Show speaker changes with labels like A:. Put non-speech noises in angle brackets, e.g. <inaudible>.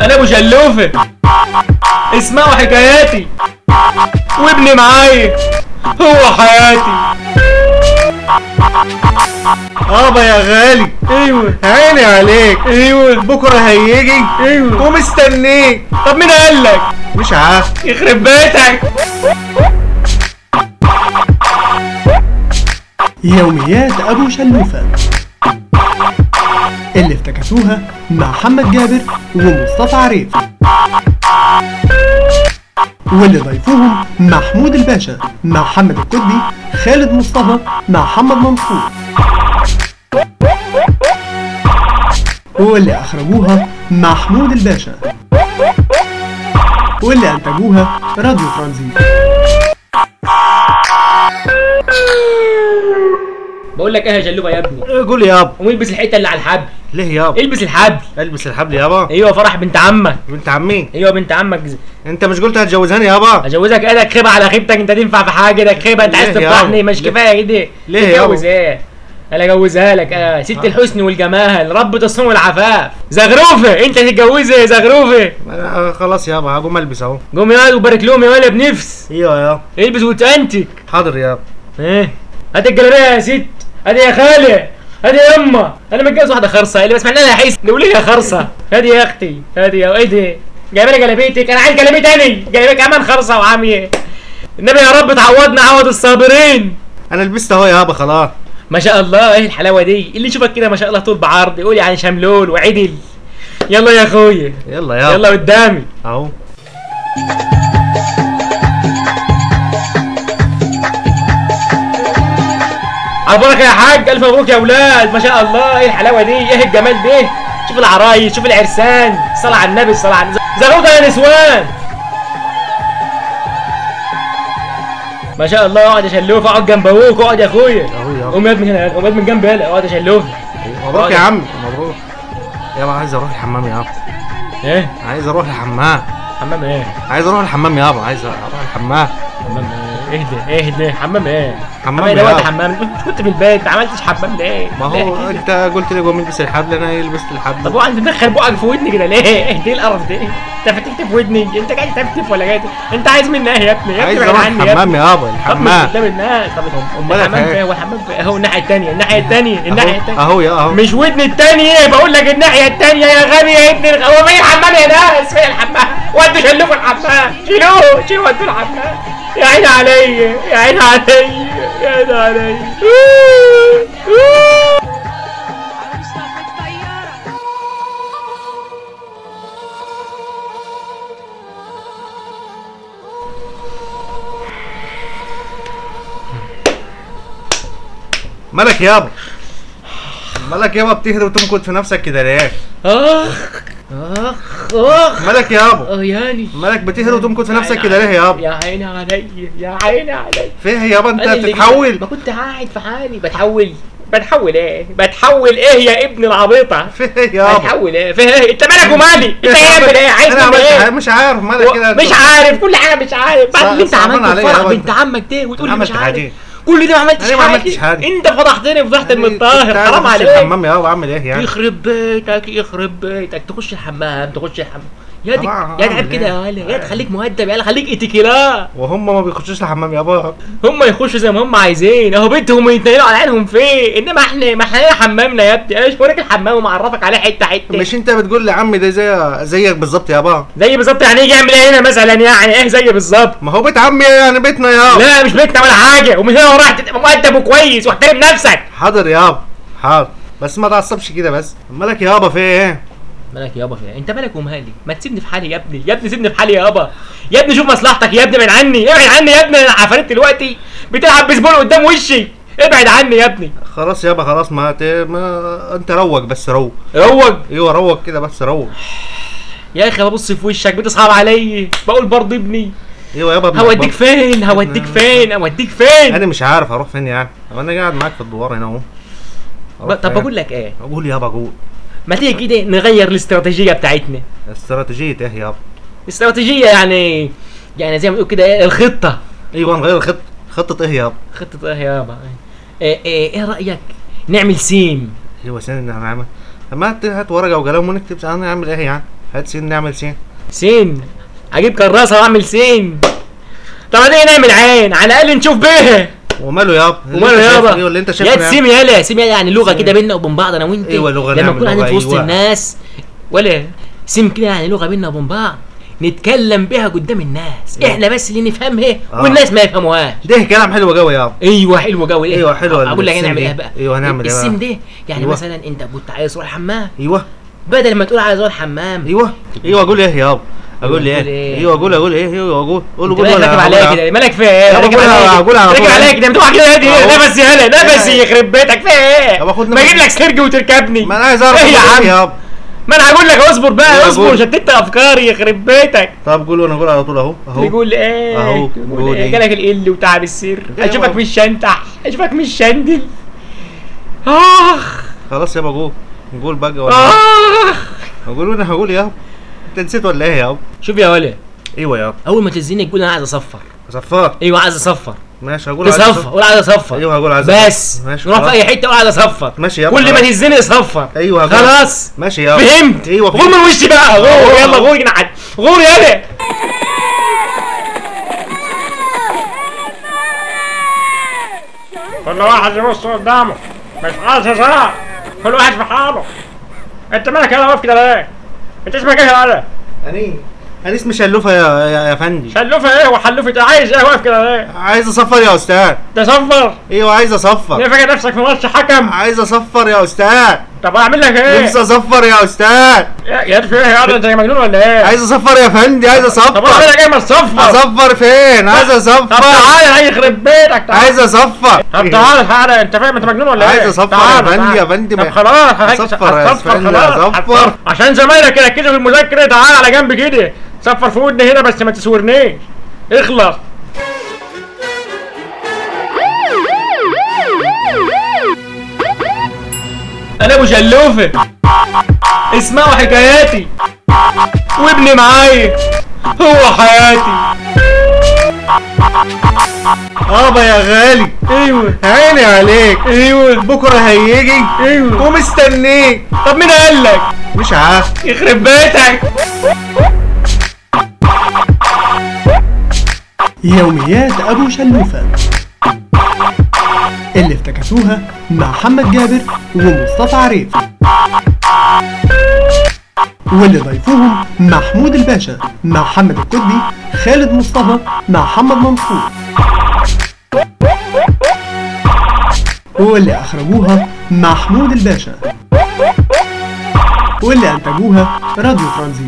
A: انا ابو شلوفه اسمعوا حكاياتي وابني معايا هو حياتي
B: ابا آه، يا غالي
A: ايوه
B: عيني عليك
A: ايوه
B: بكره هيجي
A: ايوه
B: ومستنيك
A: طب مين قال لك
B: مش عارف
A: يخرب بيتك
C: يوميات أبو شلوفة اللي افتكسوها مع محمد جابر ومصطفى عريف واللي ضيفوهم محمود الباشا مع محمد الكتبي خالد مصطفى مع محمد منصور واللي أخرجوها محمود الباشا واللي أنتجوها راديو ترانزيت
D: بقول لك ايه يا جلوبه يا ابني
B: قول يا ابا
D: قوم البس الحته اللي على الحبل
B: ليه يابا
D: البس الحبل
B: البس الحبل يابا
D: ايوه فرح بنت عمك
B: بنت عمي
D: ايوه بنت عمك
B: انت مش قلت هتجوزهاني يابا
D: اجوزك ايدك خيبه على خيبتك انت تنفع في حاجه ايدك خيبه انت عايز
B: ليه يا
D: تفرحني
B: بابا؟
D: مش
B: ليه؟
D: كفايه كده
B: ليه يا
D: تتجوز
B: بابا؟
D: ايه انا اجوزها لك آه. ست الحسن والجمال رب الصون والعفاف زغروفه انت تتجوزي يا زغروفه
B: أنا- آه، خلاص يابا هقوم البس اهو
D: قوم يا وبارك لهم يا ولا بنفس
B: ايوه يابا
D: البس وتأنتك
B: حاضر يابا
D: ايه هات الجلابيه يا ست هات يا خالي هات يا يما انا متجوز واحده خرصه اللي بسمع لها احس قولي لي يا خرصه هادي يا اختي هادي يا ايه ده جايبه لي جلابيتك انا عايز جلابيه تاني جلابيه كمان خرصه وعاميه النبي يا رب تعوضنا عوض الصابرين
B: انا لبست اهو يابا خلاص
D: ما شاء الله ايه الحلاوه دي اللي يشوفك كده ما شاء الله طول بعرض يقول يعني شملول وعدل يلا يا اخويا
B: يلا يابا
D: يلا قدامي
B: اهو
D: على بركه يا حاج الف مبروك يا اولاد ما شاء الله ايه الحلاوه دي ايه الجمال ده شوف العرايس شوف العرسان صلاه على النبي صلاه على زغوطه يا نسوان ما شاء الله اقعد يا شلوف اقعد جنب ابوك اقعد يا اخويا
B: اهو يابا
D: قوم يا ابني هنا قوم يا ابني من جنبي هنا اقعد يا شلوف
B: مبروك يا عم مبروك يابا عايز اروح الحمام يابا
D: ايه
B: عايز اروح الحمام
D: حمام ايه
B: عايز اروح الحمام يابا عايز اروح الحمام
D: حمام ايه اهدى اهدى حمام ايه
B: حمام
D: ايه ده
B: يا
D: وقت
B: عم.
D: حمام كنت كنت في البيت ما عملتش حمام إيه ليه
B: ما هو
D: ليه؟
B: انت قلت لي قوم البس الحبل انا لبست
D: طب
B: الحبل
D: هو عندي دخل بقك في ودني كده ليه؟ <laughs> ايه القرف ده؟ انت فتحت في ودني، انت جاي تفتف ولا جاي ت- انت عايز مني ايه يا ابني؟ يا
B: عايز
D: ابني
B: اروح
D: ابعد عني يا ابني.
B: الحمام يابا
D: طب مش
B: الحمام
D: قدام الناس، طب
B: أمال
D: الحمام
B: إيه؟
D: فين؟ هو الحمام فين؟ اهو الناحية التانية، الناحية التانية، الناحية
B: أهو-
D: التانية
B: اهو يا اهو
D: مش ودني التانية، بقول لك الناحية التانية يا غبي يا ابني الغ- هو فين الحمام يا ناس؟ فين الحمام؟ ودوا شلوه الحمام، شيلوه، شيلوه ودوا الحمام. يا عيني عليا، يا عيني عليا، يا عيني عليا.
E: على مصطفى الطيارة
B: مالك يابا مالك يابا بتهري وتمكن في نفسك كده ليه
D: اخ اخ اخ
B: مالك يابا
D: اه يعني
B: مالك بتهري وتمكن في نفسك كده ليه يابا
D: يا عيني عليا يا عيني عليا
B: فيه يابا انت
D: أنا اللي ما
B: بتتحول
D: كنت قاعد في حالي بتحول بتحول ايه بتحول ايه يا ابن العبيطه
B: فيه يابا
D: بتحول ايه فيه ايه انت مالك ومالي
B: <laughs>
D: انت عامل ايه عايز
B: انا
D: مني
B: عملت
D: ايه
B: حاجة- مش عارف مالك كده
D: مش عارف كل حاجه مش عارف بعد اللي انت
B: صعبان
D: عملته في
B: عليا
D: فرح
B: يابا.
D: بنت عمك ده وتقول لي مش
B: عملت
D: عارف
B: حاجة.
D: كل ده ما عملتش حاجه
B: أنا ما عملتش حاجة.
D: انت فضحتني فضحت
B: يعني
D: من طاهر
B: كنت عايز
D: حرام
B: أخش
D: عليك
B: الحمام يابا اعمل ايه يعني
D: يخرب بيتك يخرب بيتك تخش الحمام تخش الحمام يا دي
B: طبعاً،
D: يا
B: أعمل
D: تعب كده
B: إيه؟
D: يا ولا يا تخليك مؤدب يا خليك اتكلا
B: وهم ما بيخشوش الحمام يابا
D: هم يخشوا زي ما هم عايزين اهو بيتهم يتنقلوا على عينهم فين انما احنا ما احنا لنا حمامنا يا ابني ايش فورك الحمام ومعرفك عليه حته حته
B: مش انت بتقول لي عمي ده زي زيك بالظبط يابا
D: زي بالظبط يعني يجي يعمل ايه هنا مثلا يعني ايه زي بالظبط
B: ما هو بيت عمي يعني بيتنا يابا
D: لا مش بيتنا ولا حاجه ومن هنا وراح تبقى مؤدب وكويس واحترم نفسك
B: حاضر يابا حاضر بس ما تعصبش كده بس مالك يابا في ايه
D: مالك يابا في إيه؟ انت مالك ومالي ما تسيبني في حالي يا ابني يا ابني سيبني في حالي يابا يا ابني شوف مصلحتك يا ابني ابعد عني ابعد عني يا ابني انا عفاريت دلوقتي بتلعب بيسبول قدام وشي ابعد عني يا ابني
B: خلاص يابا خلاص ما, ت... ما انت روق بس روق
D: روج
B: ايوه روق كده بس روق
D: يا اخي ببص في وشك بتصعب عليا بقول برضه ابني
B: ايوه يابا ابنك
D: هوديك
B: برضه.
D: فين هوديك فين هوديك فين
B: انا مش عارف اروح فين يعني طب انا قاعد معاك في الدوار هنا اهو
D: ب- طب بقول لك ايه
B: اقول يابا اقول
D: ما تيجي كده نغير الاستراتيجيه بتاعتنا
B: استراتيجيه ايه يابا
D: الاستراتيجيه يعني يعني زي ما بنقول كده إيه، الخطه
B: ايوه نغير الخطه خطه ايه يابا
D: خطه ايه يابا ايه ايه, إيه رايك نعمل سيم
B: ايوه سنة ان انا عامل ما هات ورقه وقلم ونكتب انا اعمل ايه يعني هات سين نعمل سين
D: سين اجيب كراسه واعمل سين طب هتيجي نعمل عين على الاقل نشوف بيها
B: وماله يابا اللي
D: وماله
B: أنت شايفه
D: يابا
B: إيه واللي انت
D: يا
B: شايفه يعني؟
D: تسيم يالا يا سيم يالا يعني لغه كده بينا وبين بعض انا وانت
B: أيوة، لغة
D: لما
B: نعمل
D: نكون قاعدين
B: لغة،
D: في وسط
B: أيوة.
D: الناس ولا سيم كده يعني لغه بينا وبين بعض نتكلم بيها قدام الناس احنا بس اللي نفهمها
B: نعم. آه.
D: والناس ما يفهموهاش
B: ده كلام حلو قوي يابا
D: ايوه حلو قوي
B: أيوة، حلوة
D: اقول لك
B: السم
D: هنعمل
B: دي.
D: ايه بقى
B: أيوة، هنعمل إيه بقى؟
D: السيم ده يعني
B: أيوة.
D: مثلا انت كنت عايز تروح الحمام
B: ايوه
D: بدل ما تقول عايز اروح الحمام
B: ايوه ايوه اقول ايه يابا اقول
D: أيوة،
B: ايه
D: قول إيه؟
B: ايوه اقول اقول ايه ايوه اقول قول
D: انت
B: قول
D: مالك
B: ولا
D: راكب
B: أقول
D: عليا
B: عم؟
D: كده مالك في ايه
B: يابا
D: راكب
B: قول على-
D: عليا
B: قول على
D: كده راكب
B: طول.
D: عليا كده بتوع كده
B: أهو.
D: ده بس يالا ده بس
B: أهو.
D: يخرب بيتك في ايه
B: يابا خد نفس.
D: بجيب لك سرج وتركبني
B: ما انا عايز اعرف
D: ايه يا
B: إيه
D: عم
B: يابا
D: ما انا هقول لك اصبر بقى
B: أيوة،
D: اصبر
B: قول.
D: شتت افكاري يخرب بيتك
B: طب قول وانا اقول على طول اهو اهو
D: يقول ايه
B: أهو.
D: يقول
B: قول
D: ايه
B: إيه؟
D: جالك القل وتعب السر
B: أيوة.
D: اشوفك مش شنتح اشوفك مش شندل اخ
B: خلاص يابا قول قول بقى
D: آه.
B: ولا
D: اخ
B: اقول وانا هقول يابا انت نسيت ولا ايه يابا
D: شوف يا ولا
B: ايوه يابا
D: اول ما تزيني تقول انا عايز اصفر
B: صفار
D: ايوه عايز اصفر
B: ماشي هقول على
D: تصفر
B: صفار.
D: قول عايز اصفر
B: ايوه هقول عايز
D: بس
B: ماشي
D: نروح في
B: خلاص.
D: اي حته اقعد اصفر
B: ماشي يابا،
D: كل ما
B: خلاص.
D: تهزني اصفر
B: ايوه هقول
D: خلاص
B: ماشي يابا
D: فهمت
B: ايوه
D: غور من وشي بقى
B: آه.
D: غور يلا غور يا حد غور يلا كل واحد يبص قدامه مش عايز هزار كل واحد في حاله انت مالك انا واقف كده ليه؟ انت اسمك ايه يا
B: انا انا إيه؟ اسمي شلوفه يا يا, يا فندي
D: شلوفه ايه وحلوفه عايز ايه واقف كده ليه؟
B: عايز اصفر يا استاذ
D: تصفر
B: ايوه عايز اصفر
D: ليه فاكر نفسك في ماتش حكم؟
B: عايز اصفر يا استاذ
D: طب اعمل لك ايه؟
B: نفسي اصفر يا استاذ
D: يا يا في ايه يا انت مجنون ولا ايه؟
B: عايز اصفر يا فندي عايز
D: طب
B: اصفر
D: اعمل لك ايه ما تصفر؟
B: اصفر فين عايز
D: طب
B: اصفر
D: تعالى يخرب بيتك تعالى
B: عايز اصفر
D: طب تعالى تعالى انت فاهم انت مجنون ولا ايه؟
B: عايز اصفر يا
D: تعالى،
B: بندي،
D: تعالى.
B: يا بندي،
D: طب
B: ما-
D: خلاص هيك-
B: اصفر يا
D: هتصفر
B: اسفندي،
D: خلاص،
B: اصفر.
D: هتصفر. عشان زمايلك يركزوا في المذاكره تعالى على جنب كده صفر في ودني هنا بس ما تسورنيش اخلص
A: انا ابو شلوفه اسمعوا حكاياتي وابني معايا هو حياتي
B: ابا يا غالي
A: ايوه
B: عيني عليك
A: ايوه
B: بكره هيجي
A: ايوه
B: ومستنيك
A: طب مين قال لك
B: مش عارف
A: يخرب بيتك
C: يوميات أبو شلوفة اللي افتكسوها مع محمد جابر ومصطفى عريف واللي ضيفوهم محمود الباشا مع محمد الكدبي خالد مصطفى مع محمد منصور واللي أخرجوها محمود الباشا واللي أنتجوها راديو ترانزيت